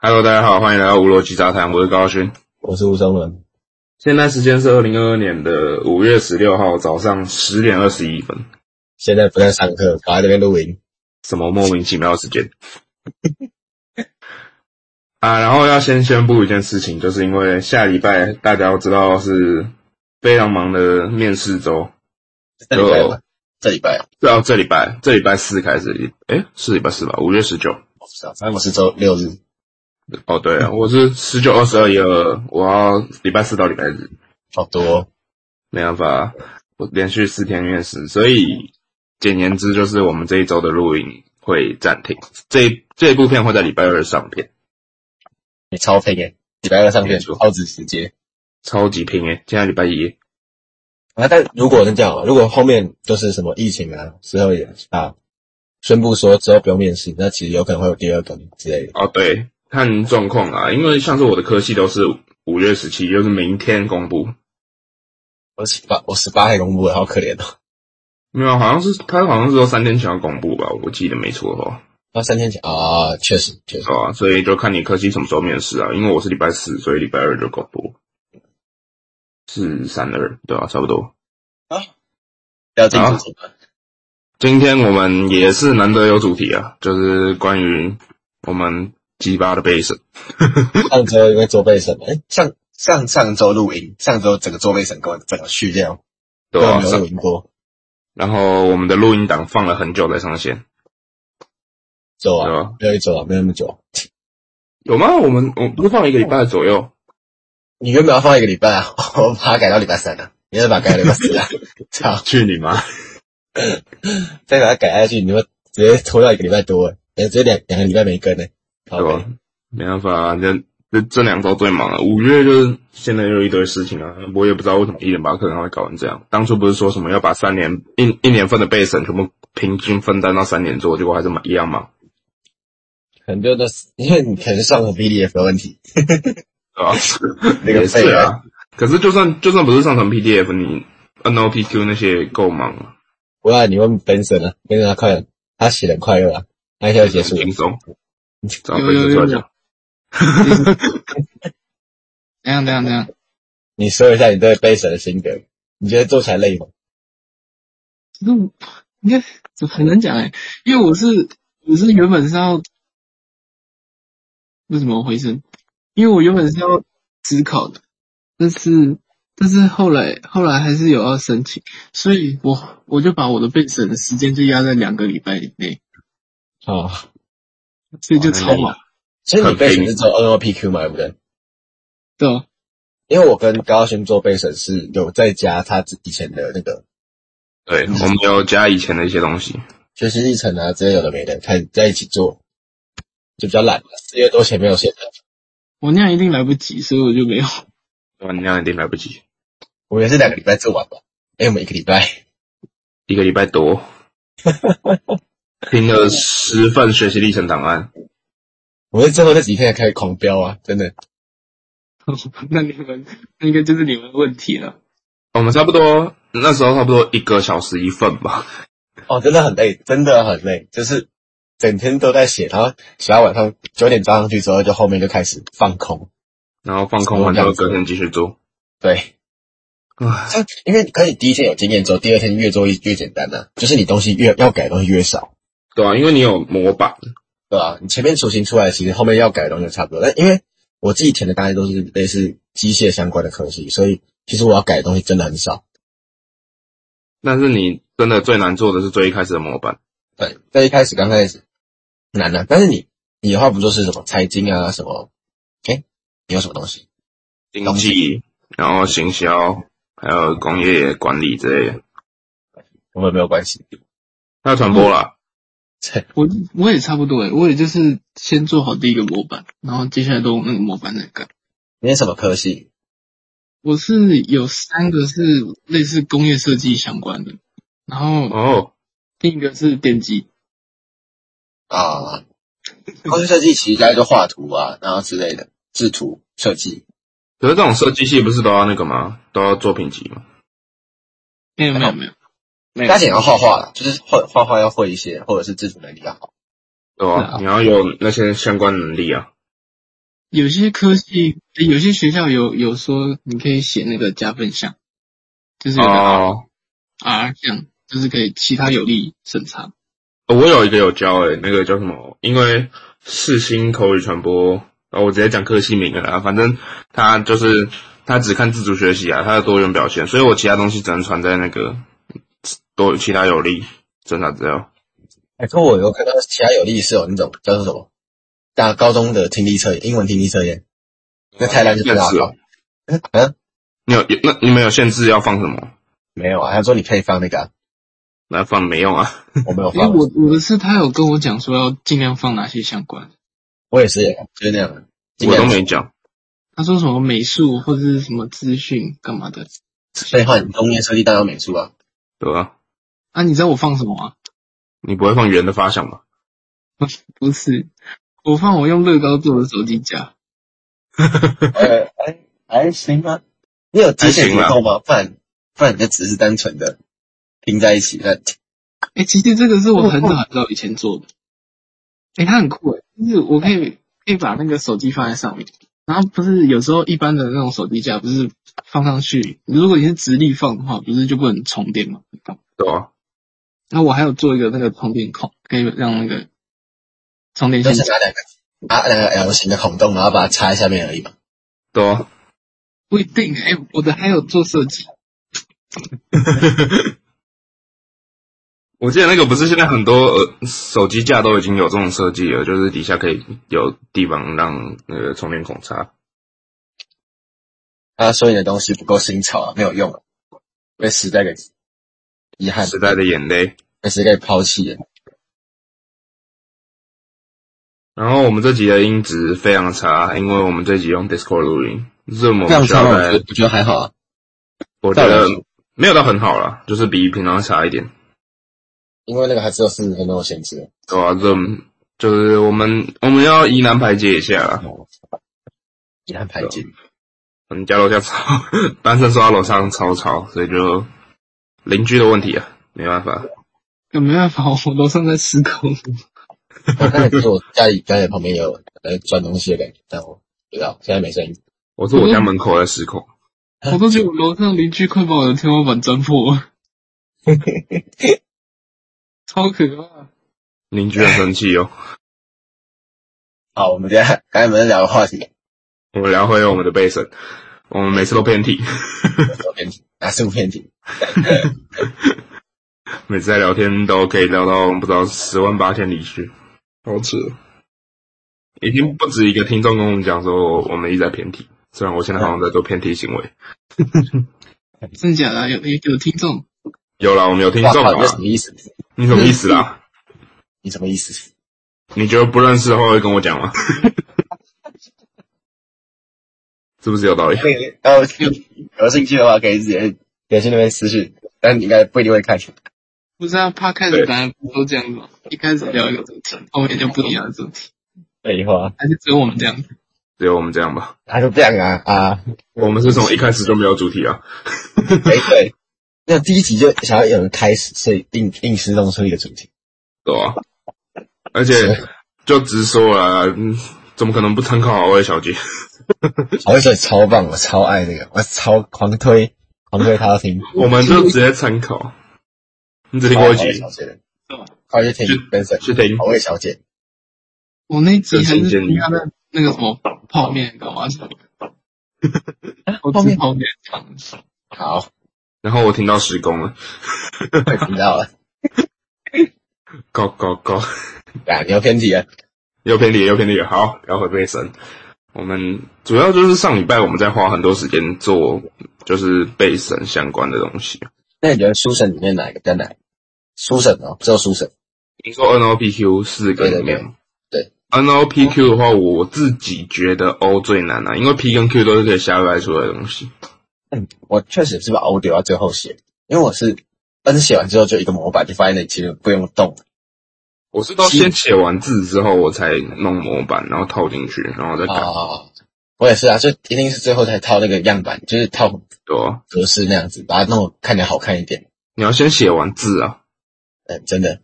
Hello，大家好，欢迎来到无逻辑杂谈，我是高勋。我是吴松伦。现在时间是二零二二年的五月十六号早上十点二十一分，现在不在上课，跑来这边录音。什么莫名其妙的时间？ 啊，然后要先宣布一件事情，就是因为下礼拜大家都知道是非常忙的面试周，这礼拜吧，这礼拜哦对啊，这礼拜这礼拜四开始，诶，是礼拜四吧？五月十九。我不知道，反正我是周六日。哦，对啊，我是十九、二十二、一二，我要礼拜四到礼拜日。好多哦没办法，我连续四天面试，所以简言之就是我们这一周的录影会暂停，这这部片会在礼拜二上片，你超拼耶！礼拜二上没片错超级直接。超级拼诶，现在礼拜一，啊，但如果是这样啊，如果后面就是什么疫情啊，之后也啊宣布说之后不用面试，那其实有可能会有第二更之类的。哦对，看状况啊，因为像是我的科系都是五月十七，就是明天公布，我十八，我十八还公布了，好可怜哦。没有，好像是他好像是说三天前要公布吧，我记得没错哦，那三天前啊，确实确实是吧？所以就看你科系什么时候面试啊，因为我是礼拜四，所以礼拜二就公布，四三二，对啊吧、差不多。要进组组今天我们也是难得有主题啊，就是关于我们鸡巴的背审。上周因为做备审，哎，上上上周录音，上周整个做备审跟我整个续掉，对啊吧、根本没有录音过，然后我们的录音档放了很久才上线，周对啊，吧？没有一周啊，没有那么久。有吗？我们我们不是放了一个礼拜左右？你原本要放一个礼拜啊， 我把它改到礼拜三了，你再把它改到礼拜 四了，操！去你妈！再把它改下去，你会直接拖到一个礼拜多了，哎，直接两两个礼拜没更呢。好对，吧？没办法、啊，这这这两周最忙了。啊五月就是现在又一堆事情啊，我也不知道为什么一点八课能会搞成这样。当初不是说什么要把三年一一年份的备审全部平均分担到三年做，结果还是一样忙，很多都是因为你可能上了 PDF 的问题，对吧？啊那也个是费啊，可是就算就算不是上传 PDF，你 NOPQ 那些也够忙了，不然你问 Benson 啊，Benson 他快乐，他写的快乐啊，他一下就结束了轻。松。找有贝斯有出来有讲，怎样怎样怎样？你说一下你对背审的心得，你觉得做起来累吗？那应该很难讲哎、因为我是我是原本是要为什么回声？因为我原本是要思考的，但是但是后来后来还是有要申请，所以我我就把我的备审的时间就压在两个礼拜以内，哦，啊所以就超忙，所以你背审是做 NOPQ 嘛，对不对？对啊因为我跟高轩做背审是有在加他之以前的那个对我们有加以前的一些东西，学习历程啊之类有的没的，开始在一起做，就比较懒了。四月多前没有写的，我那样一定来不及，所以我就没有。 哇，你那样一定来不及，我也是两个礼拜做完吧。哎、我们一个礼拜，一个礼拜多，拼了十份学习历程档案，我们最后那几天才开始狂飙啊，真的。那你们那应该就是你们的问题了。我们差不多那时候差不多一个小时一份吧，哦，真的很累，真的很累，就是整天都在写，然后写到晚上九点交上去之后，就后面就开始放空。然后放空完之后隔天继续做，对， 唉，这因为可以第一天有经验之后，第二天越做越越简单了、啊就是你东西越要改的东西越少。对啊，因为你有模板，对啊，你前面雏形出来，其实后面要改的东西就差不多。但因为我自己填的大概都是类似机械相关的科系，所以其实我要改的东西真的很少。但是你真的最难做的是最一开始的模板，对，在一开始刚开始难的、但是你你的话不就是什么财经啊什么？哎，你有什么东西？经济，然后行销，还有工业管理之类的，我们没有关系。 还有传播啦。我我也差不多诶，欸我也就是先做好第一个模板，然后接下来都用那个模板来改。你是什么科系？我是有三个是类似工业设计相关的，然后哦，另一个是电机，啊，工业设计其实大概就画图啊，然后之类的制图设计。可是这种设计系不是都要那个吗？都要作品集吗？没有没有没有，嗯那加减要画画啦，就是画画画要会一些，或者是自主能力啊要好。对是啊啊，你要有那些相关能力啊。有些科系，诶有些学校有有说你可以写那个加分项，就是啊有个哦， R 项，就是可以其他有利审查。我有一个有教诶、那个叫什么？因为世新口语传播，哦，我直接讲科系名了啦。反正他就是他只看自主学习啊，他的多元表现，所以我其他东西只能传在那个多其他有利侦查资料。哎、可我有看到其他有利是有那种叫做什么，大高中的听力测验，英文听力测验，那太烂就最那好是考。嗯， 你有有那你们有限制要放什么？没有啊，他说你可以放那个啊、那放没用 啊。我没有 因为放，我我的是他有跟我讲说要尽量放哪些相关，我也是，就是那样。啊今我年都没讲。他说什么美术或者是什么资讯干嘛的。废话，你工业设计大有美术啊，对吧、啊，你知道我放什么吗？你不会放圆的发想吧？不是，我放我用乐高做的手机架。呃，还还行吗？你有极限结还构吗？不然不然你就只是单纯的拼在一起，那哎、其实这个是我很早很早以前做的。哎、它很酷哎，就是我可以可以把那个手机放在上面，然后不是有时候一般的那种手机架不是放上去，如果你是直立放的话，不是就不能充电吗？对啊，那我还有做一个那个充电孔，可以让那个充电就线是拿两个啊两个 L 型的孔洞，然后把它插在下面而已嘛。对啊。不一定哎、我的还有做设计，我记得那个不是现在很多呃手机架都已经有这种设计了，就是底下可以有地方让那个充电孔插。啊，所以你的东西不够新潮啊，没有用啊，被时代给遗憾，时代的眼泪。被时代给抛弃了。然后我们这集的音质非常差，因为我们这集用 Discord 录音，这么我们需要我觉在得我觉得还好啊。我觉得没有到很好啦，就是比平常差一点。因为那个还只有四十分钟的限制。对啊，这就是我们我们要疑难排解一下啦。嗯遗憾排解， 我们家楼下吵， 单身说到楼上超吵，所以就邻居的问题啊，没办法。那没办法，我楼上在施工。我刚才就是我家里家里旁边也有来钻东西的感觉，但我不知道，现在没声音。我是我家门口在失控，我都觉得我楼上邻居快把我的天花板钻破了，超可啊怕。邻居很生气哦。好，我们等一下刚才我们在聊的话题，我们聊回我们的背神，我们每次都偏题， 聊偏题，哪是不偏题？每次在聊天都可以聊到不知道十万八千里去，好扯。已经不止一个听众跟我们讲说，我们一直在偏题。虽然我现在好像在做偏题行为，真的假的啊、有有有听众？有啦，我们有听哇众靠，这啦什，么意思？你什么意思啊啦？你什么意思？你觉得不认识的话会跟我讲吗？ 是不是有道理？可以，然后有兴趣的话可以直接联系那边私讯，但你应该不一定会看。不是啊，怕开始答案不都这样吗？一开始聊一个主题，后面就不一样的主题，废话，还是只有我们这样子？只有我们这样吧。他就这样啊啊！我们是从一开始就没有主题啊。哎对，那第一集就想要有人开始，所以硬硬是弄出一个主题。对啊，而且就直说了，嗯怎么可能不参考好位小姐？好，我觉得超棒，我超爱那个，我超狂推狂推他要听。我们就直接参考。你只听过一集，小姐的对吧，快去听去 Benson 去听好味小姐，我那集还真是心建议听他的那个什么泡面干嘛的？我泡吃面泡面，好，然后我听到施工了，快听到了，高高高，啊，你又偏题了，又偏离又偏离了。好，聊回背神。我们主要就是上礼拜我们在花很多时间做，就是背神相关的东西。那你觉得书审里面哪一个比较难？书审哦，只有书审，你说 NOPQ 四个里面，对对 NOPQ 的话，我自己觉得 O 最难啊，因为 P 跟 Q 都是可以瞎掰出来的东西。嗯，我确实是把 O 留到最后写，因为我是 N 写完之后就一个模板，就发现那其实不用动，我是到先写完字之后，我才弄模板，然后套进去，然后再改。啊，我也是啊，就一定是最后才套那个样板，就是套对啊，格式那样子，把它弄看起来好看一点。你要先写完字啊，嗯，真的。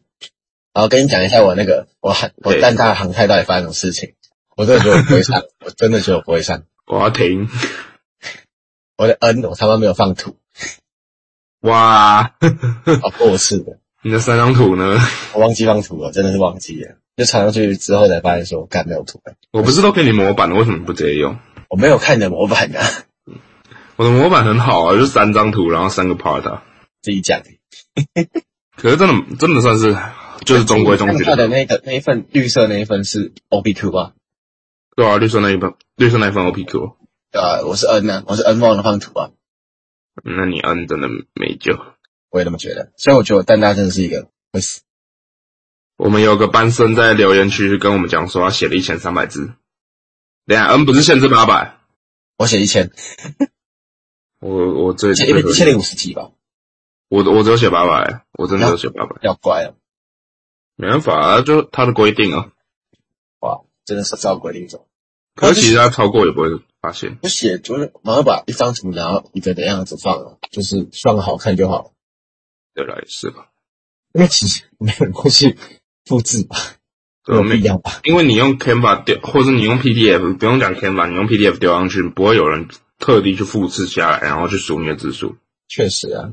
然后跟你讲一下我那个我航我对蛋大航太到底发生什么事情。我真的觉得我不会上， 我真的觉得我不会上。我要停， 我的 N 我他妈没有放图，哇， 好破事的，你的三张图呢？我忘记放图了，真的是忘记了。就传上去之后才发现说，干没有图了，我不是都给你模板了，为什么不直接用？我没有看你的模板啊， 我的模板很好啊，就三张图，然后三个 part，、啊、自己讲。可是真的真的算是就是中规中矩他的的，那个那一份绿色那一份是 O B Q 吧？对啊，绿色那一份绿色那一份 OPQ，对啊，我是 N 呢、我是 N 忘了放图啊，那你按真的没救。我也这么觉得。所以我觉得我蛋大真的是一个会死。我们有个班生在留言区跟我们讲说，他写了一千三百字。等一下，N 不是限制八百，我写一千，我我最写最一 一千零五十几吧，我我只有写八百，我真的只有写八百，要乖了，没办法啊，就他的规定啊。哇，真的是照规定走。可是其实他超过也不会发现。就写就是马上把一张图然后一个的样子放了，就是放好看就好了。对了，也是吧，因为其实没有人会去复制吧，没对有没必要吧？因为你用 Canva 丢，或者你用 PDF，不用讲 Canva，你用 PDF 丢上去，不会有人特地去复制下来，然后去数你的字数。确实啊，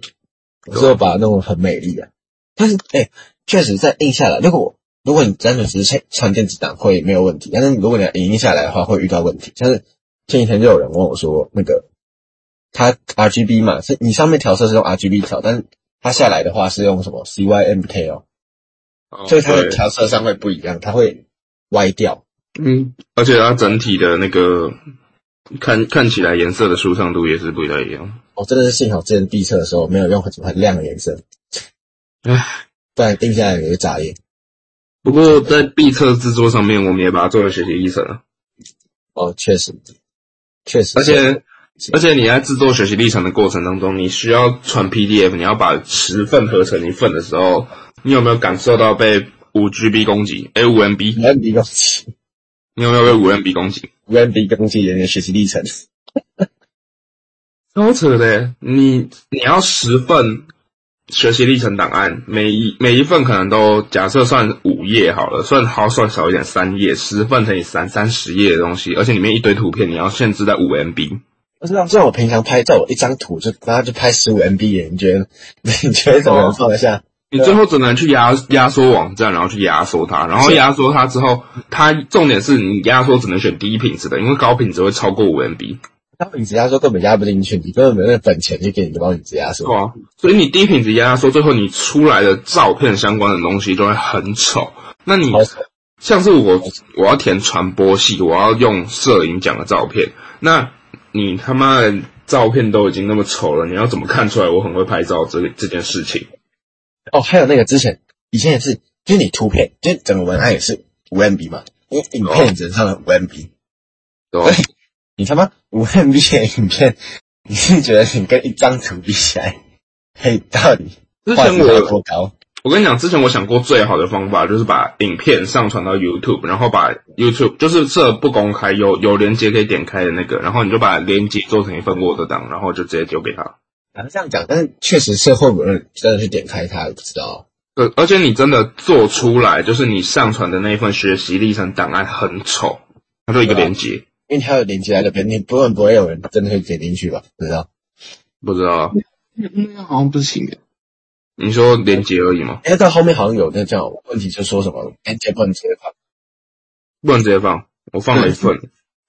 我是有把它弄得很美丽啊。但是哎、确实在印下来，如果我如果你单纯只是传传电子档会没有问题，但是如果你要影印下来的话，会遇到问题。像是前几天就有人问我说，那个它 RGB 嘛，是你上面调色是用 RGB 调，但是它下来的话是用什么 CYMK 哦，所以它的对调色上会不一样，它会歪掉。嗯，而且它整体的那个看看起来颜色的舒畅度也是不太一样。我、哦真的是幸好之前闭测的时候没有用很很亮的颜色，唉，不然印下来也会炸裂。不过在闭测制作上面，我们也把它做了学习医生了。哦，确实，确实，而且而且你在制作学习历程的过程当中，你需要传 PDF，你要把十份合成一份的时候，你有没有感受到被五 GB 攻击？哎，五 MB，五 MB 攻击，你有没有被五 MB 攻击？五 MB 攻击人的学习历程，超扯的！你你要十份学习历程档案，每一每一份可能都假设算五页好了，算好算少一点，三页，十份乘以三，三十页的东西，而且里面一堆图片，你要限制在五 MB。不知道，像我平常拍照，我一张图就然后就拍十五 MB 的，你觉得 你觉得怎哦么能放得下？你最后只能去压压缩网站，然后去压缩它，然后压缩它之后，它重点是你压缩只能选低品质的，因为高品质会超过五 MB。当你直压缩根本压不进去，你根本没有那本钱去给你帮你直压对缩。啊，所以你低品质压缩，最后你出来的照片相关的东西就会很丑。那你好丑像是我我要填传播系，我要用摄影奖的照片，那你他妈的照片都已经那么丑了，你要怎么看出来我很会拍照这这件事情？哦，还有那个之前以前也是，就是你图片，就是整个文案也是五 MB 嘛，因为影片你只能上五 MB，、对吧对？你他妈五 MB 的影片，你是觉得你跟一张图比起来，嘿，到底之画前质要我多高？我跟你讲，之前我想过最好的方法就是把影片上传到 YouTube，然后把 YouTube 就是设不公开有有连接可以点开的那个，然后你就把连接做成一份 Word 档，然后就直接丢给他。然后这样讲，但是确实是会不会有人真的去点开它，不知道。对，呃而且你真的做出来，就是你上传的那一份学习历程档案很丑，它就一个连接，因为它有连接在那边，你不能不会有人真的会点进去吧？不知道。不知道啊那那样好像不行的。你说连接而已吗？哎，到后面好像有那叫问题，就说什么连接不能直接放，不能直接放，我放了一份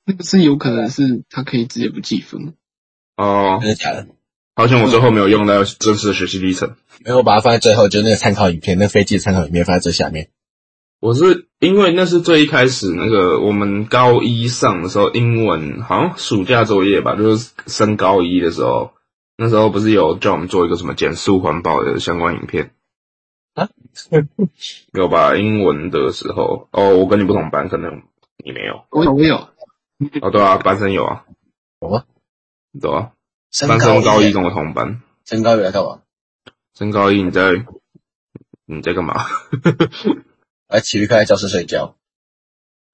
那个是有可能是他可以直接不计分，哦，真的假的？好像我最后没有用到真实的学习历程。没有，我把它放在最后，就是那个参考影片，那飞机的参考影片放在最下面。我是因为那是最一开始那个我们高一上的时候，英文好像暑假作业吧，就是升高一的时候，那时候不是有叫我们做一个什么减速环保的相关影片啊？ 有吧？英文的时候，哦，我跟你不同班，可能你没有。我有我有，哦，对啊，班生有啊，有吗？对啊，升班生高一一，跟我同班，升高一来干嘛？升高一你在你在干嘛？ 我来体育课在教室睡觉。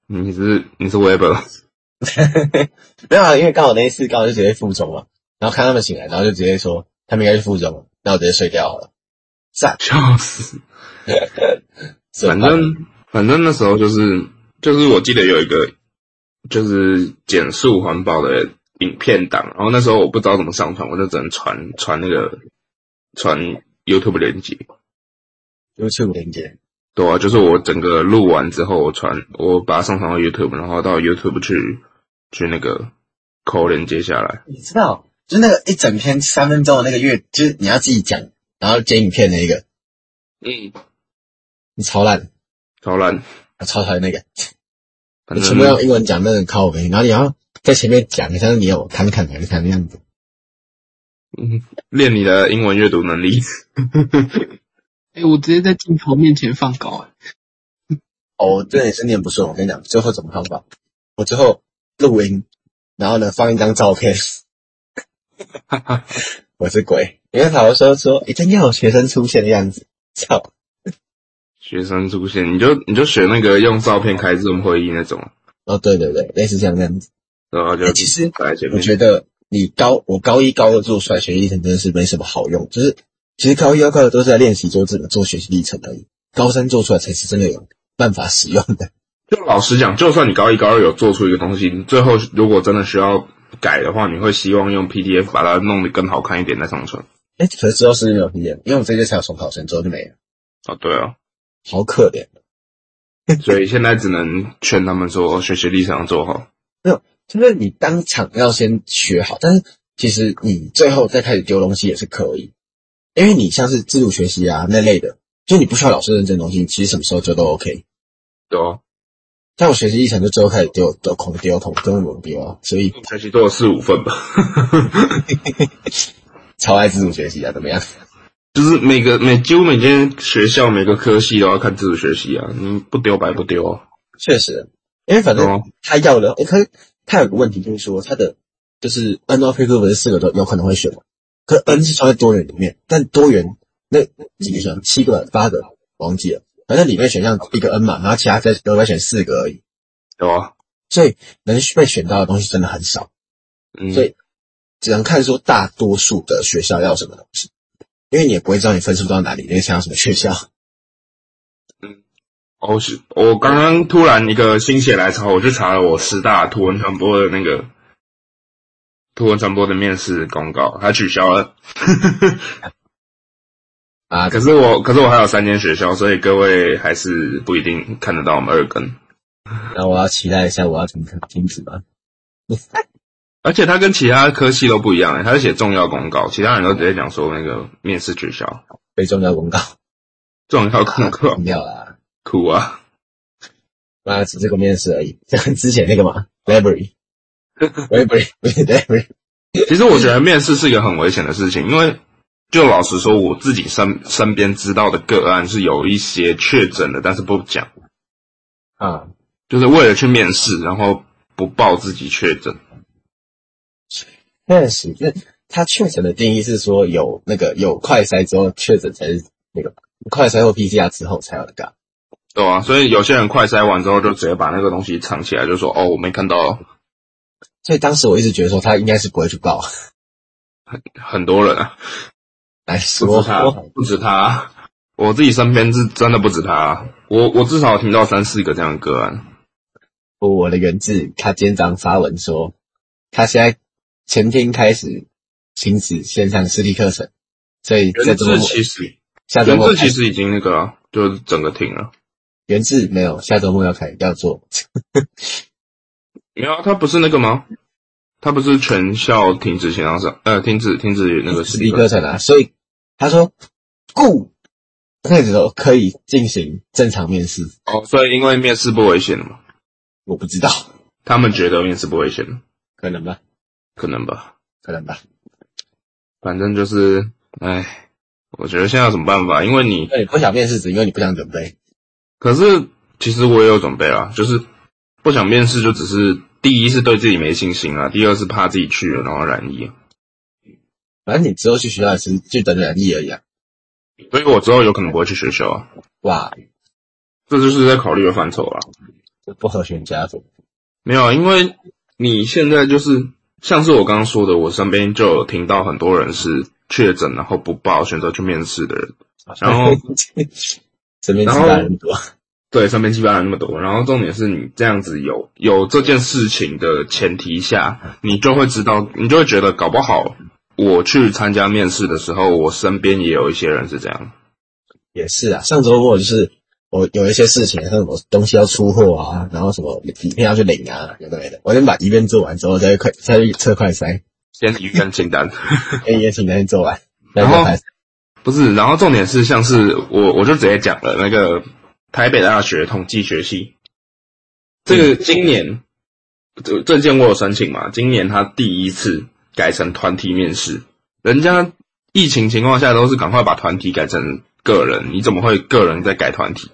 你是你是 Weber 没有啊，因为刚好那一次刚好就直接附中嘛，然后看他们醒来，然后就直接说他们应该去附中了，那我直接睡掉好了。赞，笑死！怎反么办正反正那时候就是就是我记得有一个就是减速环保的影片档，然后那时候我不知道怎么上传，我就只能传传那个传 YouTube 连接。 YouTube 连接，对啊，就是我整个录完之后，我传我把它上传到 YouTube，然后到 YouTube 去去那个扣连接下来。你知道，就是那个一整篇三分钟的那个乐，就是你要自己讲，然后剪影片的那个，嗯，你超烂，超烂，我超讨厌那个，反你正全部用英文讲，那很靠背，然后你要在前面讲，像是你有侃侃侃侃的样子。练你的英文阅读能力。哎、我直接在镜头面前放稿、哎哦，我真的也是念不顺。我跟你讲，最后怎么方法？我最后录音，然后呢放一张照 片，我是鬼，因为老师说说一定要有学生出现的样子，操！学生出现，你就你就学那个用照片开这种会议那种，哦，对对对，类似像那样子。然后就哎其实摆在前我面。觉得你高，我高一高二做数学历程真的是没什么好用，就是其实高一高二都是在练习做这个做学习历程而已，高三做出来才是真的有办法使用的。就老实讲，就算你高一高二有做出一个东西，你最后如果真的需要改的话，你会希望用 PDF 把它弄得更好看一点再上传。哎，可是之后是不是没有毕业，因为我这届才有重考生，之后就没了，哦，对 啊，好可怜。所以现在只能劝他们说，学习历程要做好。就是你当场要先学好，但是其实你最后再开始丢东西也是可以，因为你像是自主学习啊那类的，就你不需要老师认证的东西，你其实什么时候丢都 OK。对啊，像我学习历程就最后开始丢，丢空丢空，根本没丢啊，所以学习做了四五份吧， 超爱自主学习啊，怎么样？就是每个每几乎每间学校每个科系都要看自主学习啊，你不丢白不丢啊。确实，啊因为反哦正他要的，诶可是他有个问题就是说，他的就是 N 到 P 课不是四个都有可能会选嘛？可 N 是算在多元里面，但多元那几个选项七个八个忘记了，反正里面选项一个 N 嘛，然后其他再额外选四个而已，对啊，所以能被选到的东西真的很少，嗯，所以只能看说大多数的学校要什么东西，因为你也不会知道你分数到哪里，你会想要什么学校。哦，是我刚刚突然一个心血来潮，我去查了我师大图文传播的那个图文传播的面试公告，它取消了。 啊可是我，可是我还有三间学校，所以各位还是不一定看得到我们二更。那我要期待一下，我要怎么停止吗？而且它跟其他科系都不一样、欸，它是写重要公告，其他人都直接讲说那个面试取消，非重要公告，重要公告 不要啦。哭啊！妈，只是个面试而已， 像之前那个嘛 l i b r a r y l i b r a r y l i b r a r y 其实我觉得面试是一个很危险的事情，因为就老实说，我自己身身边知道的个案是有一些确诊的，但是不讲，啊，就是为了去面试，然后不报自己确诊。确实，那他确诊的定义是说有那个有快筛之后确诊才是那个快筛或 PCR 之后才有那个啊，对啊，所以有些人快筛完之后就直接把那个东西藏起来，就说哦我没看到。所以当时我一直觉得说他应该是不会去报， 很多人啊，来不说止他，不止他，我自己身边是真的不止他，我我至少听到三四个这样的个案。我的原字，他今天早上发文说，他现在前天开始停止线上实体课程，所以在原周末志其实下周原末志开其始实已经那个了、就是整个停了。原字没有，下周末要开要做没有啊，他不是那个吗？他不是全校停止线上上，呃，停止停止那个是实李体克课。程啊，所以他说故那时候可以进行正常面试，哦，所以因为面试不危险了嘛，我不知道，他们觉得面试不危险，可能吧，可能吧。可能吧。反正就是，哎，我觉得现在有什么办法？因为你那你不想面试，只因为你不想准备。可是其实我也有准备啦，就是不想面试，就只是第一是对自己没信心啊，第二是怕自己去了然后染疫啊，反正你之后去学校也是就等着人力而已啊。所以我之后有可能不会去学校啊，哇，这就是在考虑的范畴啊。这不合群家族，没有啊，因为你现在就是像是我刚刚说的，我身边就有听到很多人是确诊然后不报选择去面试的人，然后 身边其他人多，对，身边基本上那么多。然后重点是你这样子有有这件事情的前提下，你就会知道，你就会觉得搞不好我去参加面试的时候，我身边也有一些人是这样。也是啊。上周末就是我有一些事情，像什么东西要出货啊，然后什么底片要去领啊，有的没的。我先把一遍做完之后，再去快再去测快筛，先一份清单，先也请先做完，然后再快筛不是，然后重点是像是我我就直接讲了那个台北大学统计学系，这个今年这证件我有申请嘛，今年他第一次改成团体面试，人家疫情情况下都是赶快把团体改成个人，你怎么会个人再改团体？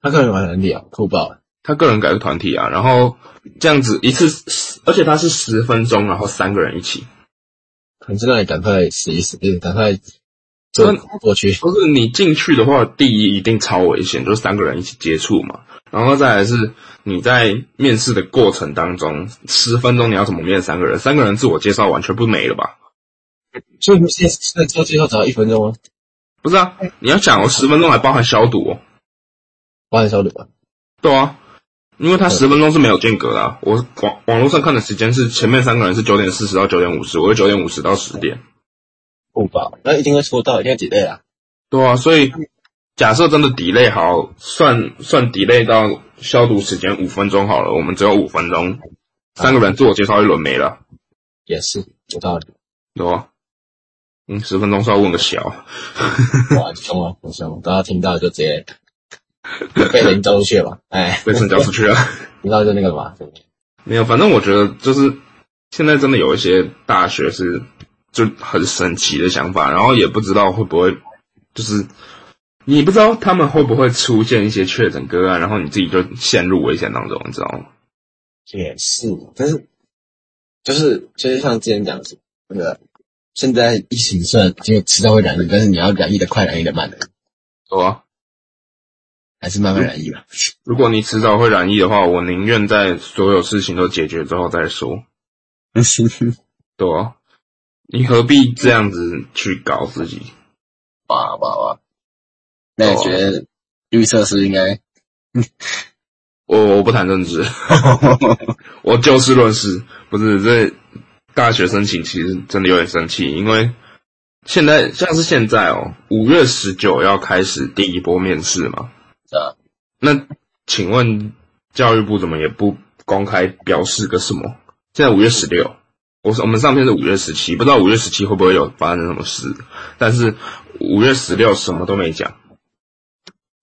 他个人玩能力啊，酷爆了。他个人改为团体啊，然后这样子一次，而且他是十分钟，然后三个人一起，可能是让你赶快死一死，就是赶快做过去。不是你进去的话，第一一定超危险，就是三个人一起接触嘛。然后再来是你在面试的过程当中，十分钟你要怎么面三个人？三个人自我介绍完全部没了吧？所以现在现在做最后只要一分钟吗？不是啊，你要想哦，十分钟还包含消毒哦。八点消毒吧。对啊，因为他十分钟是没有间隔的啊、我网网络上看的时间是前面三个人是九点四十到九点五十，我是九点五十到十点。酷爆，那一定会抽到，一定会几类啊。对啊，所以假设真的 delay 好，算算 delay 到消毒时间五分钟好了，我们只有五分钟，三个人自我介绍一轮没了，也是有道理。对吧？嗯，十分钟是要问个小，哇，很凶啊，很凶！大家听到就直接被人周去嘛， 哎，被成交出去了。 听到就那个什么，没有，反正我觉得就是现在真的有一些大学是就很神奇的想法，然后也不知道会不会就是你不知道他们会不会出现一些确诊个案，然后你自己就陷入危险当中，你知道吗？也是，但是就是就是像之前讲的那个，现在疫情虽然就迟早会染疫，但是你要染疫的快，染疫的慢的，对啊。还是慢慢染疫吧。如果你迟早会染疫的话，我宁愿在所有事情都解决之后再说，对啊，你何必这样子去搞自己？哇哇哇！那你觉得预测是应 该？我我不谈政治， 我就事论事。不是这大学申请，其实真的有点生气，因为现在像是现在哦，五月十九要开始第一波面试嘛。啊，那请问教育部怎么也不公开表示个什么？现在五月十六，我我们上篇是五月十七，不知道五月十七会不会有发生什么事，但是五月十六什么都没讲。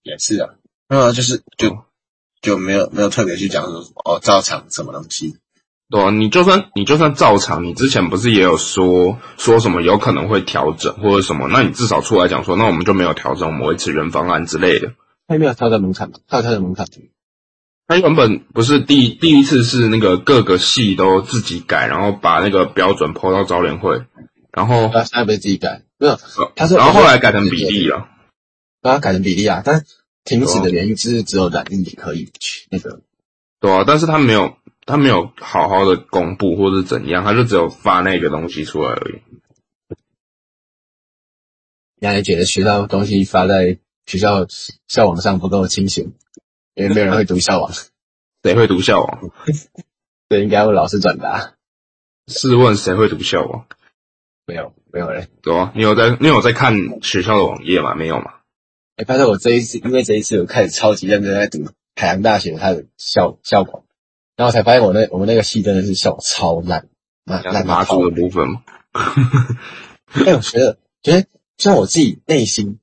也是啊，没有啊，就是就就没有没有特别去讲说什么哦，照常什么东西，对啊，你就算你就算照常，你之前不是也有说说什么有可能会调整或者什么？那你至少出来讲说，那我们就没有调整，我们维持原方案之类的。他没有跳到门槛嘛，他有跳到门槛，他原本不是第第一次是那个各个系都自己改，然后把那个标准抛到招联会，然后他现在不是自己改，没有，他是然后后来改成比例了。把它改成比例啊，但停止的原因就是只有染疫可以去那个，对啊，但是他没有，他没有好好的公布或者怎样，他就只有发那个东西出来而已。让人觉得学到东西发在学校校网上不够清醒，因为没有人会读校网，谁会读校网？所以应该由老师转达，试问谁会读校网？没有没有人。对啊，你有在你有在看学校的网页吗？没有嘛？哎、但是我这一次，因为这一次我开始超级认真在读海洋大学它的校校广，然后才发现我那我们那个系真的是校超烂，烂像是烂马到爆祖的部分嘛。但我觉得，觉得虽然我自己内心，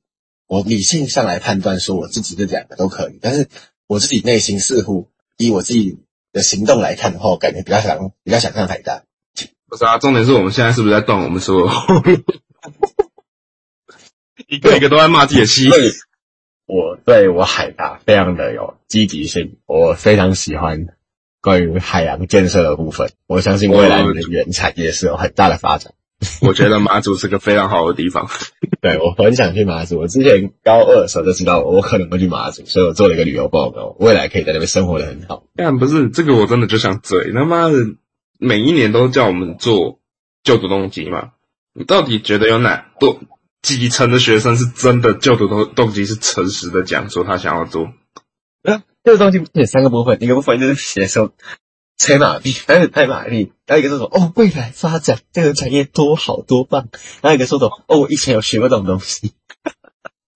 我理性上来判断说我自己这两个都可以，但是我自己内心似乎以我自己的行动来看的话，我感觉比较想比较想看海大。不是啊，重点是我们现在是不是在断我们所有后路？一个一个都在骂自己的戏。对，我对我海大非常的有积极性，我非常喜欢关于海洋建设的部分。我相信未来的原产业是有很大的发展。我觉得马祖是个非常好的地方。对，我很想去马祖。我之前高二的时候就知道我可能会去马祖，所以我做了一个旅游报告，未来可以在那边生活的很好。但不是这个，我真的就想嘴他妈的，每一年都叫我们做旧读动机嘛，你到底觉得有哪多几成的学生是真的就读动动机是诚实的讲说他想要做？啊，这个东西有三个部分，一个部分就是写说吹马屁，还有拍马屁，还有一个是说哦未来发展这个产业多好多棒，还有一个说懂哦我以前有学过这种东西，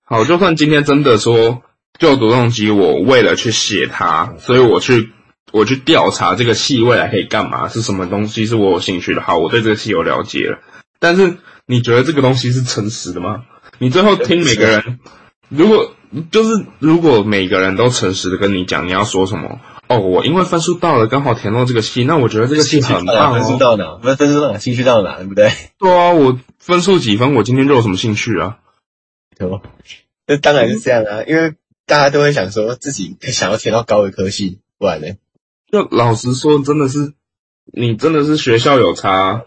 好，就算今天真的说就读动机，我为了去写它，所以我去我去调查这个系未来可以干嘛，是什么东西是我有兴趣的。好，我对这个系有了解了，但是你觉得这个东西是诚实的吗？你最后听每个人，如果就是如果每个人都诚实的跟你讲你要说什么，哦，我因为分数到了，刚好填到这个系，那我觉得这个系很棒分数哦。到哪？不是分数到哪？兴趣到哪？对不对？ 对啊，我分数几分，我今天就有什么兴趣啊？对吧？那当然是这样啊，因为大家都会想说自己想要填到高的科系，不然呢？就老实说，真的是，你真的是学校有差啊，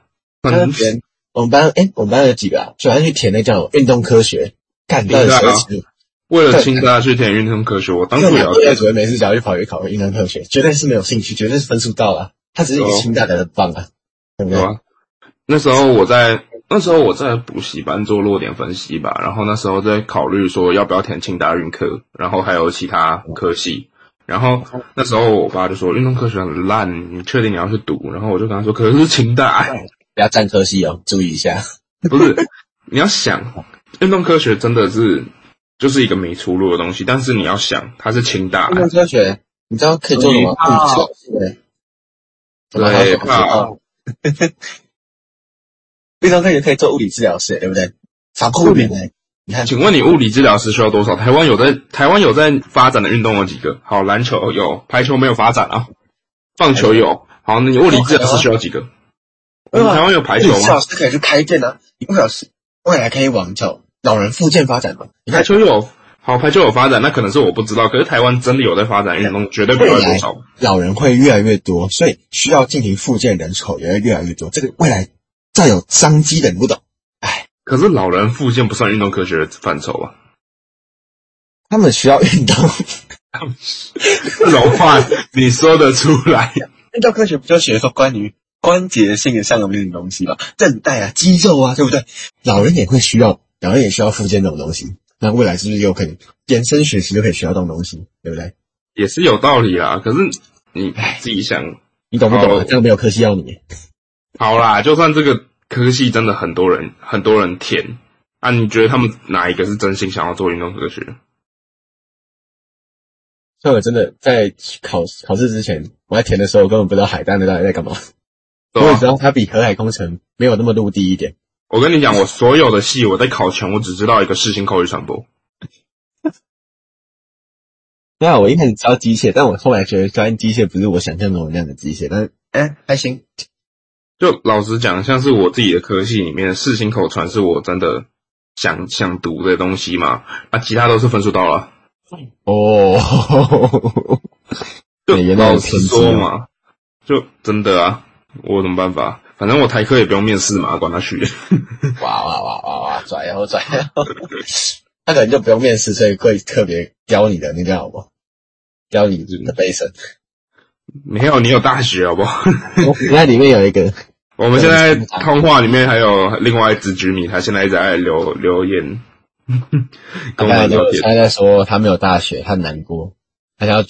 可他能们填我们班，哎、我们班有几个啊？喜欢去填那叫运动科学，干到底对谁啊写？为了清大去填运动科学，我当初啊因也为要我业主任每次只要去跑去考运动科学，绝对是没有兴趣，绝对是分数到了，他只是一哦个清大的棒啊，对不对对？吧？那时候我在那时候我在补习班做落点分析吧，然后那时候在考虑说要不要填清大运科，然后还有其他科系。然后那时候我爸就说运动科学很烂，你确定你要去读？然后我就跟他说，可是清大， 不要占科系哦，注意一下。不是，你要想，运动科学真的是就是一个没出路的东西，但是你要想，它是清大、运动科学，你知道可以做什么？注意物操，对，什么对还有什么运动科学可以做物理治疗师，对不对？法物控理人呢？你看，请问你物理治疗师需要多少？台湾有在台湾有在发展的运动有几个？好，篮球有，排球没有发展啊，棒球有。好，那你物理治疗师需要几个？我们台湾有排球啊物理治疗吗？师可以去开店啊，你不小心未来可以往叫老人复健发展嘛？你排看，球有，好，排球有发展，那可能是我不知道。可是台湾真的有在发展运动，绝对不会多少。老人会越来越多，所以需要进行复健人口也会越来越多。这个未来再有商机的，你不懂。可是老人复健不算运动科学的范畴啊，他们需要运动，这种话你说得出来？运动科学不就学说关于关节性上的那种东西吧？韧带啊、肌肉啊，对不对？老人也会需要，老人也需要复健这种东西。那未来是不是有可能延伸学习就可以学到这种东西，对不对？也是有道理啊啦。可是你自己想，你懂不懂啊哦？这个没有科系要你。好啦，就算这个科系真的很多人很多人填，啊，你觉得他们哪一个是真心想要做运动科学？像我真的在考考试之前，我在填的时候，我根本不知道海大那到底在干嘛。对我只吧知？道它比河海工程没有那么陆地一点。我跟你讲，我所有的系我在考前我只知道一个视新口语传播，对啊，我一开始知道机械，但我后来觉得专机械不是我想象中的那样的机械，但是哎还行。就老实讲，像是我自己的科系里面，视新口传是我真的想想读的东西嘛，啊，其他都是分数到了。哦， 就对原来有老实说嘛，就真的啊，我有什么办法？反正我台科也不用面试嘛，管他去。 哇哇哇哇哇，拽哦拽哦。他可能就不用面试，所以会特别雕你的那叫什么？雕你的背身。没有，你有大学好不好？那里面有一个我们现在通话里面还有另外一只居民，他现在一直在留留 言，他跟刚我才们聊就天。他在说他没有大学，他难过，他想要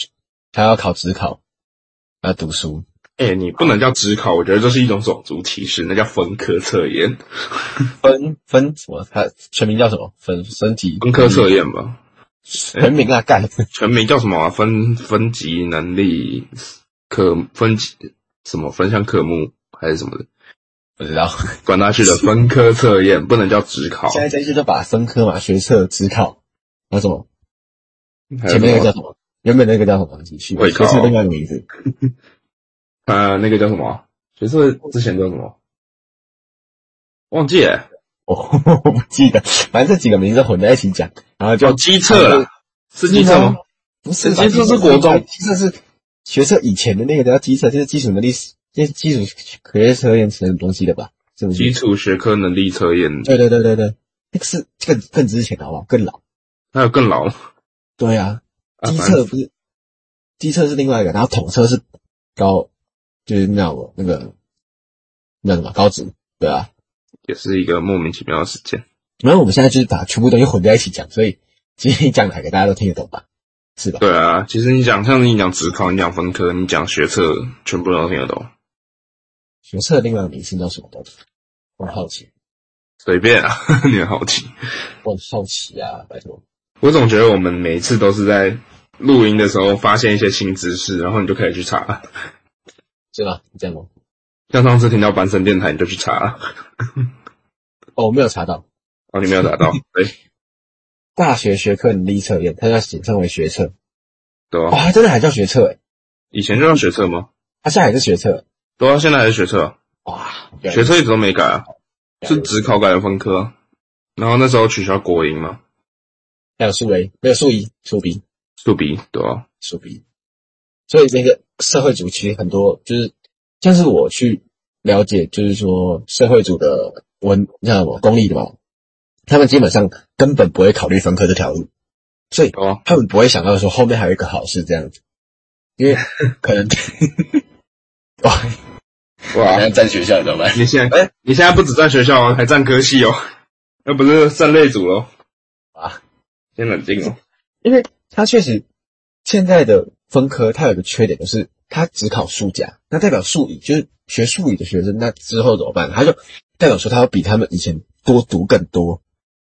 他要考职考，他要读书。哎、你不能叫职考，我觉得这是一种种族歧视，那叫分科测验，分分什么？他全名叫什么？分分级分科测验吧，全名啊，干全名叫什么啊、分分级能力科分级什么分项科目还是什么的，不知道。管他去的分科测验，不能叫职考。现在这些都把分科嘛、学测、职考，还有什么还有前面那什个么叫什么？原本那个叫什么东西？学会考测另外一个名字，呃，那个叫什么？学测之前叫什么？忘记了， 我我不记得，反正这几个名字混在一起讲，然后叫就哦机测啦，是机测吗？？不是吧，机测是国中机测是学测以前的那个叫机测，就是基础能力，就是基础学测验什么东西的吧？是不基是？础学科能力测验，嗯对对对对对，那个是更更之前好不好？更老。还有更老。对啊，啊机反正测不是，机测是另外一个，然后统测是高，就是那我那个那什么高职，对啊。也是一个莫名其妙的事件。然后我们现在就是把全部东西混在一起讲，所以其实你讲哪个大家都听得懂吧？是吧？对啊，其实你讲像你讲职考，你讲分科，你讲学测，全部都听得懂，学测另外一个名称叫什么东西？我很好奇，随便啊， 你很好奇。我很好奇啊，拜托。我总觉得我们每一次都是在录音的时候发现一些新知识，然后你就开始去查。是吧？你在吗？像上次听到阪神电台，你就去查了，哦，我没有查到。然后你没有查 到，对大学学科能力测验，它要简称为学测。对哇、啊，它真的还叫学测诶、以前就要学测吗？它现在还是学测。欸对啊，现在还是学测，哇，学测一直都没改啊，是指只考改了分科啊，然后那时候取消国营嘛，还有数 A，没有数一、数 B、数 B 对啊，数 B。所以那个社会组其实很多，就是像是我去了解，就是说社会组的文，那什么公立的嘛，他们基本上根本不会考虑分科这条路，所以对啊，他们不会想到说后面还有一个考试这样子，因为可 能哇，哇，在学校你知道吗？哎你现在哎、你现在不止占学校哦，还占科系哦， 那不是占类组喽？啊，先冷静哦。 因为它确实现在的分科，它有个缺点就是它只考数甲，那代表数乙就是学数乙的学生，那之后怎么办？他就代表说他要比他们以前多读更多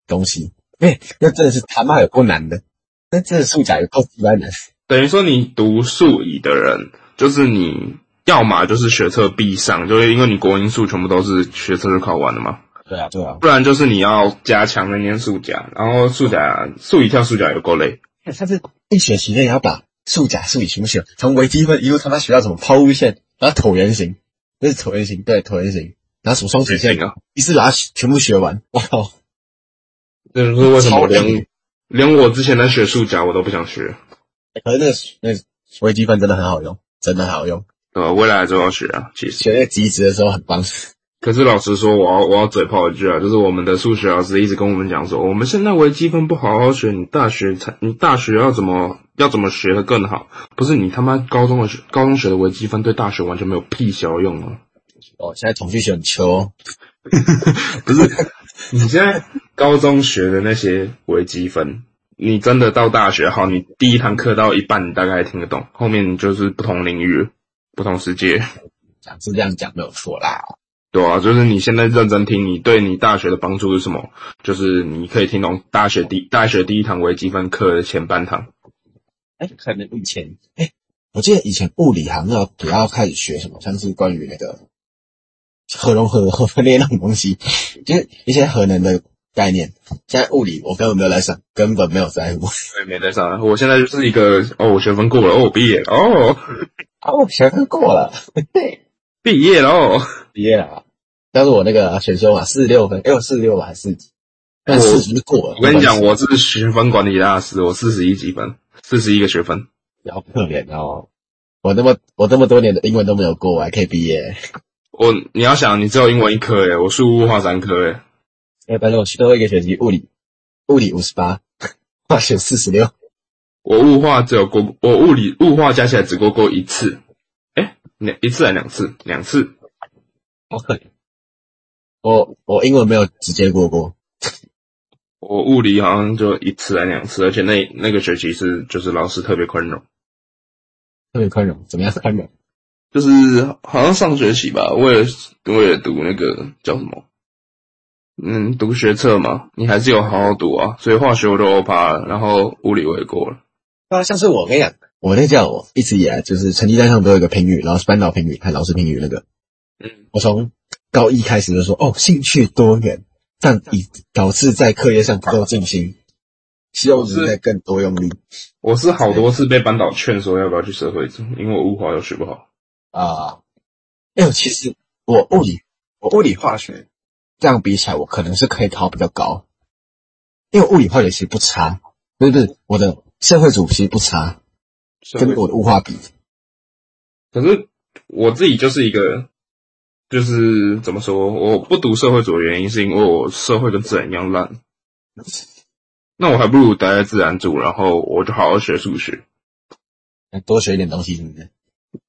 东西，因为那真的是他妈有够难的，那真的数甲有够鸡巴难。等于说你读数乙的人，就是你要么就是学测必上，就是因为你国英数全部都是学测就考完了嘛，对啊，对啊，不然就是你要加强那念数甲，然后数甲数乙跳数甲有够累，他是一学期内要把数甲、数乙全部学，从微积分一路他妈学到什么抛物线，然后椭圆形，那是椭圆形，对，椭圆形，然后什么双曲线，啊！一次把它全部学完。哇靠！这就是为什么我超累连连我之前在学数甲我都不想学，可是那个那个微积分真的很好用，真的很好用。对吧？未来就要学啊，其实。学那个极值的时候很棒。可是老实说，我要我要嘴炮一句啊，就是我们的数学老师一直跟我们讲说，我们现在微积分不好好学，你大学才你大学要怎么要怎么学的更好？不是你他妈高中的学高中学的微积分对大学完全没有屁效用啊！哦，现在统计学很秋哦，不是你现在高中学的那些微积分，你真的到大学好，你第一堂课到一半你大概听得懂，后面就是不同领域、不同世界。讲是这样讲没有错啦。对啊，就是你现在认真听，你对你大学的帮助是什么？就是你可以听懂大学第大学第一堂微积分课的前半堂，哎，可能以前哎，我记得以前物理好像要也要开始学什么，像是关于那个核融合、核分裂那种东西， 就是一些核能的概念。现在物理我根本没有来上，根本没有在乎。对，没得上。我现在就是一个哦，我学分过了，哦，我毕业了，哦，啊，我学分过 了，毕业了，哦，毕业了啊。但是我那个选修嘛，四十六分，哎，我四十六吧，还是四级？但我四级就过了。我跟你没关讲，系我是学分管理大师，我四十一积分，四十一个学分，比较可怜哦。我那么我这么多年的英文都没有过，我还可以毕业。我你要想，你只有英文一科诶，我数物化三科诶，哎，反正我最后一个学期物理，物理五十八， 化学四十六，我物化只有过，我物理物化加起来只过过一次，诶，两一次还两次，两次，好可怜。我我英文没有直接过过，我物理好像就一次来两次，而且那那个学期是就是老师特别宽容，特别宽容，怎么样宽容？就是好像上学期吧，为了为了读那个叫什么，嗯，读学测嘛，你还是有好好读啊，所以化学我都欧趴了，然后物理我也过了，对啊，像是我跟你讲，我那叫我一直以来就是成绩单上都有一个评语，然后是班导评语和老师评语那个。嗯，我从高一开始就说哦，兴趣多元，但以导致在课业上不够尽心，希望能再更多用力我是好多次被班导劝说要不要去社会组，因为我物化又学不好，啊。哎、我其实我物理，我物理化学这样比起来，我可能是可以考比较高，因为物理化学其实不差，不是不是，我的社会组其实不差，跟我的物化比，可是我自己就是一个，就是怎么说，我不读社会组的原因是因为我社会跟自然一样烂，那我还不如待在自然组，然后我就好好学数学。多学一点东西是不是？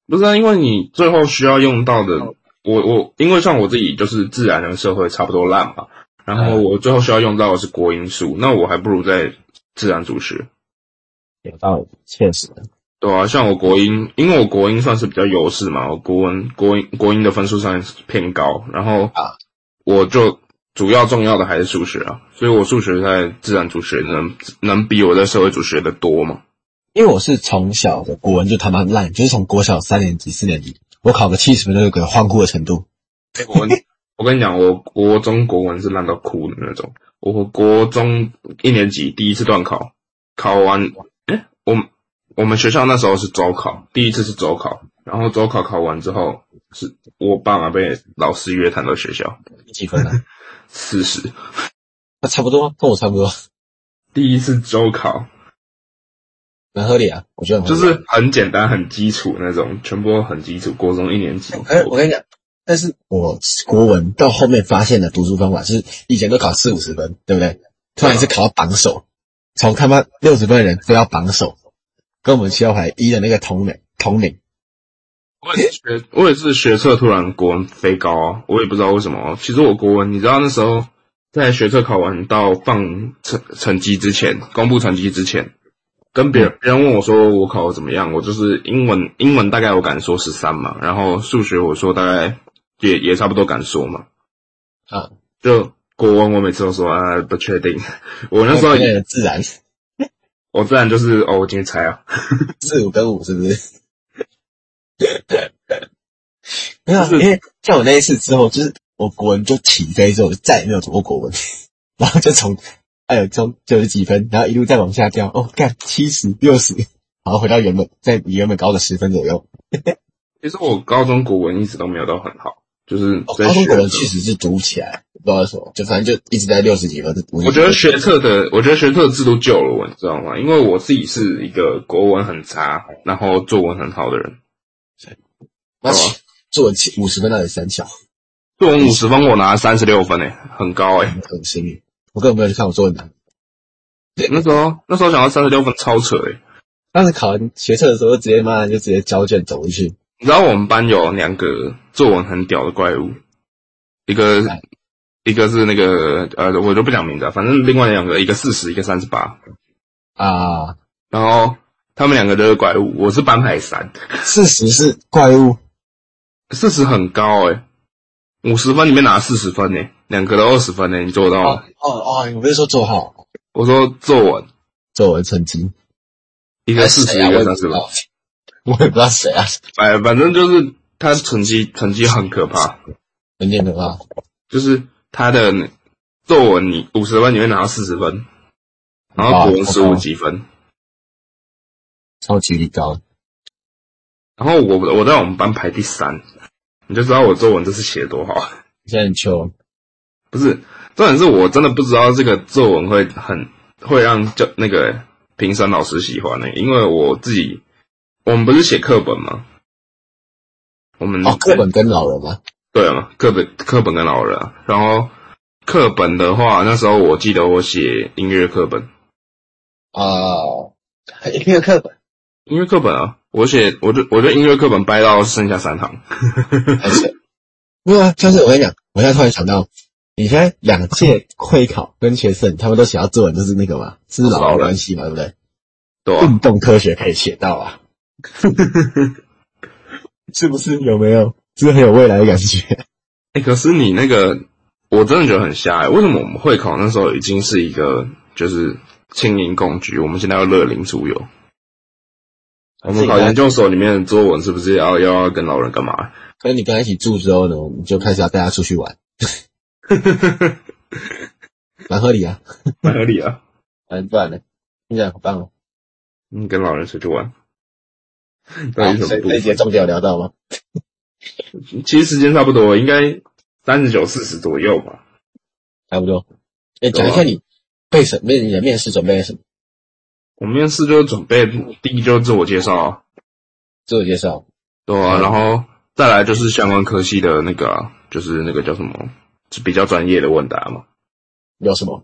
不是、啊，因为你最后需要用到的我我因为像我自己就是自然跟社会差不多烂嘛，然后我最后需要用到的是国英数，那我还不如在自然组学。有道理，确实。对啊，像我国英，因为我国英算是比较优势嘛，我国文、国英、国英的分数算是偏高，然后啊我就主要重要的还是数学啊，所以我数学在自然组学能能比我在社会组学的多嘛。因为我是从小的国文就他妈烂，就是从国小三年级、四年级，我考个七十分都有个欢呼的程度。哎我我跟你讲，我国中国文是烂到哭的那种，我国中一年级第一次段考，考完，哎，我们我们学校那时候是周考，第一次是周考，然后周考考完之后，是我爸妈被老师约谈到学校。几 分啊？四十，那差不多，跟我差不多，第一次周考，蛮合理啊。我觉得很合就理是很简单、很基础那种，全部都很基础。国中一年级，哎、我跟你讲，但是我国文到后面发现的读书方法是，以前都考四五十分，对不对？突然是考到榜首，从他妈六十分的人飞到榜首，跟我们七号牌一的那个同名同名，我也是学，我也是学测突然国文飞高、啊，我也不知道为什么哦。其实我国文，你知道那时候在学测考完到放成成绩之前，公布成绩之前，跟别嗯人别人问我说我考的怎么样，我就是英文英文大概我敢说十三嘛，然后数学我说大概也也差不多敢说嘛，啊，就国文我每次都说啊不确定，我那时候那个自然我自然就是哦，我今天猜啊，四五跟五是 不是？没有啊，就因是为像我那一次之后，就是我国文就起飞之后，我就再也没有读过国文， 然后就从哎呦从九十几分，然后一路再往下掉，哦，干七十六十，然后回到原本在比原本高的十分左右。其实我高中国文一直都没有到很好，就是哦、在高中学国文测确实是读不起来，不知道为什么，就反正就一直在六十几分。我我觉得学测的，我觉得学测制度救了我，你知道吗？因为我自己是一个国文很差，然后作文很好的人，妈哦作文七五十分那里三小，作文五十分，我拿了三十六分诶、欸很高诶、很恶心。我根本没有去看我作文的，那时候那时候想要三十六分超扯欸诶、当时考完学测的时候，就直接妈就直接交卷走回去。你知道我们班有两个作文很屌的怪物，一个哎一个是那个呃，我就不讲名字啊，反正另外两个一个四十，一个三十八，啊，然后他们两个都是怪物，我是班排三。事实是怪物，四十很高哎、五十分里面拿四十分呢、欸两个都二十分欸呢、你做得到哦吗？哦哦，你不是说做好我说作文作文成绩？一个四十、哎一谁啊个三十分，我也不知道谁啊，哎，反正就是他成绩成绩很可怕，很啊念可怕。就是他的作文你五十分里面拿到四十分，然后国文十五几分，超级高，然后我我在我们班排第三，你就知道我作文这次写得多好。现在很穷，不是，重点是我真的不知道这个作文会很会让教那个评审老师喜欢呢、因为我自己我们不是写课本吗？我们哦，课本跟老人嘛，对嘛，课本课本跟老人啊、然后课本的话，那时候我记得我写音乐课本，哦，音乐课 本，音乐课本啊，我写我就我就音乐课本掰到剩下三行，而且没有啊，像是我跟你讲，我现在突然想到，你现在两届会考跟学生他们都写到作文，就是那个嘛，是老人关系嘛，对不对？对吧、运动科学可以写到 啊，是不是？有没有？是不是很有未来的感觉？哎、可是你那个，我真的觉得很瞎、欸。为什么我们会考那时候已经是一个就是清零共居，我们现在要乐龄出游？我们考研究所里面的作文是不是要要要跟老人干嘛？ 可是你跟他一起住之后呢，我们就开始要带他出去玩，蛮合理啊。蛮合理啊，嗯，不然呢？听起来很棒哦。嗯，跟老人出去玩。到底好什么所以部这一节分？重点有聊到吗？其实时间差不多，应该三十九、四十左右吧。差不多。哎，讲一下啊你备审面你的面试准备了什么？我们面试就是准备，第一就是自我介绍啊，自我介绍。对啊，嗯然后再来就是相关科系的那个啊、就是那个叫什么，就比较专业的问答嘛。有什么？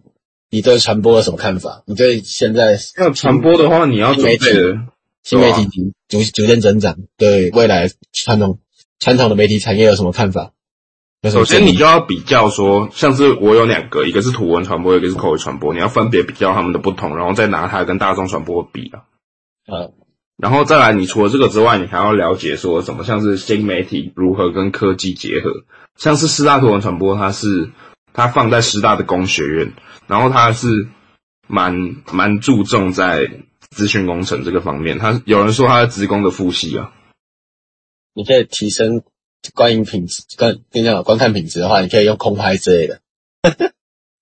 你对传播有什么看法？你对现在要传播的话，你要准备的，新媒体逐逐渐增长对未来传统传统的媒体产业有什么看法？有什首么先，建你议？就要比较说，像是我有两个，一个是图文传播，一个是口语传播，你要分别比较它们的不同，然后再拿它跟大众传播比啊。呃，然后再来，你除了这个之外，你还要了解说什么，像是新媒体如何跟科技结合，像是师大图文传播，它是它放在师大的工学院，然后它是蛮蛮注重在资讯工程这个方面，它有人说它是职工的父系啊，你可以提升观影品质，跟跟你讲观看品质的话，你可以用空拍之类的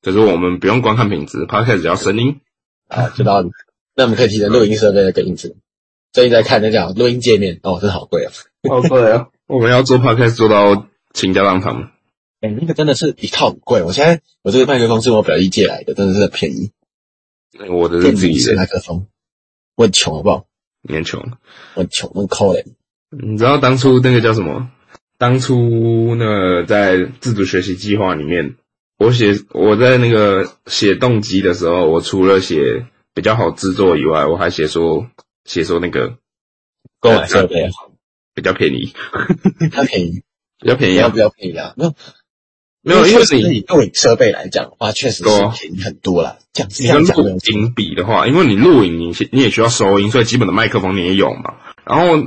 可是我们不用观看品质 p o d 只要声音。啊，知道你。那我们可以提升录音设备的跟音质。最近在看那叫录音界面，哦，真的好贵啊！哦，对啊，我们要做 podcast 做到倾家荡产。哎、那个真的是一套很贵。我现在我这个麦克风是我表弟借来的，真的是很便宜，我的是电自子己式的，麦克风。我很穷好不好？你很穷。我很穷，我很抠嘞。你知道当初那个叫什么？当初那个在自主学习计划里面，我写我在那个写动机的时候，我除了写比较好制作以外，我还写说写说那个购买设备啊，比较便宜，它便宜，比较便宜要啊不。要便宜啊？没有没有，因为确实你以录影设备来讲的话，确实对是啊便宜很多啦。这样这你跟样讲没录有错影比的话，因为你录影你你也需要收音，所以基本的麦克风你也有嘛。然后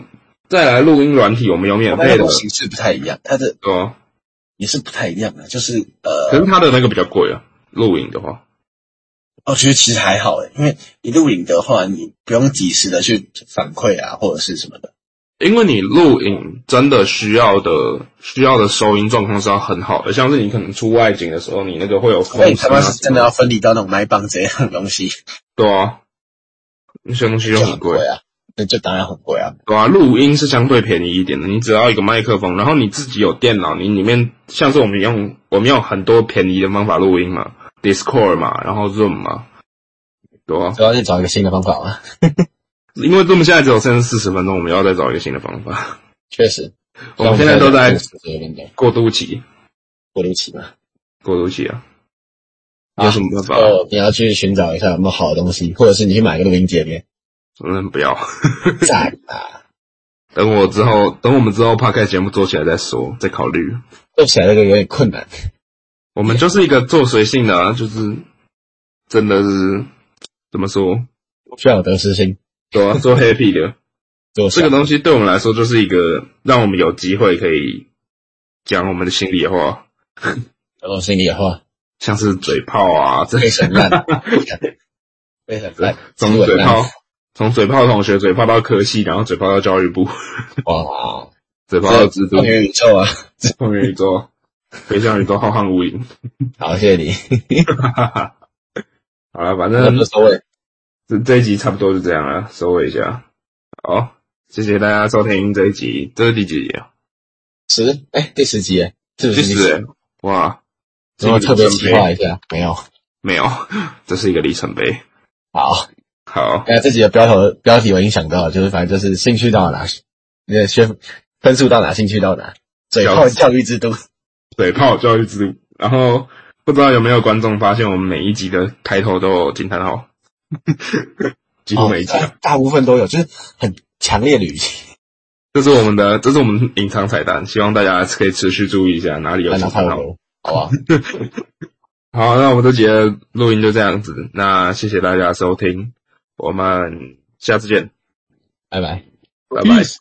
再来录音软体，我们有免我那费的种，形式不太一样，它的对啊。也是不太一样的，就是可呃，是它的那个比较贵啊，录影的话。我觉得哦其实还好诶，因为你录影的话，你不用及时的去反馈啊，或者是什么的。因为你录影真的需要的需要的收音状况是要很好的，像是你可能出外景的时候，你那个会有所风以你他声妈啊哎是真的要分离到那种麦棒这样的东西，对啊，那些东西就就很很贵贵，啊，那就当然很贵啊。对啊，录音是相对便宜一点的，你只要一个麦克风，然后你自己有电脑，你里面像是我们用我们用很多便宜的方法录音嘛，Discord 嘛，然后 Zoom 嘛，对啊，主要是找一个新的方法嘛，因为 Zoom 现在只有剩四十分钟，我们要再找一个新的方 法，确实。我们现在都在有点点过渡期，过渡期嘛。过渡期啊，啊有什么办法？哦，你要去寻找一下有没有好的东西，或者是你去买一个录音界面，真的不要。赞啊！等我之后，等我们之后 p 开节目做起来再说，再考虑。做起来这个有点困难。我们就是一个做随性的、啊，就是真的是怎么说，需要有得失心，对啊， 做 happy 的做这这个东西，对我们来说就是一个让我们有机会可以讲我们的心里话，我心里的话，像是嘴炮啊，这非常 烂，非常烂，从很嘴烂炮，从嘴炮同学嘴炮到科系，然后嘴炮到教育部，哇！嘴炮到这蜘蛛，元宇宙啊！后面宇宙，飞向宇宙浩瀚无垠。好，谢谢你。好了，反那正就收尾，这这一集差不多就这样了，收尾一下。好，谢谢大家收听这一集，这是第几集啊？十哎，第十集耶，是不第是十第十？耶，哇，有没有特别计划碑一下？没有。没有， 这是一个里程碑。好，好，那这集的标头标题我已经想到了，就是反正就是兴趣到哪，你的学分数到哪，兴趣到哪，嘴炮教育制度。嘴炮教育之路。然后不知道有没有观众发现，我们每一集的开头都有惊叹号， 几乎每一集啊、大哦大部分都有，就是很强烈的语气。 这是我们的，这是我们隐藏彩蛋，希望大家可以持续注意一下哪里有惊那叹太号。多，好吧，好，那我们这节的录音就这样子，那谢谢大家收听，我们下次见，拜拜。拜拜。 Peace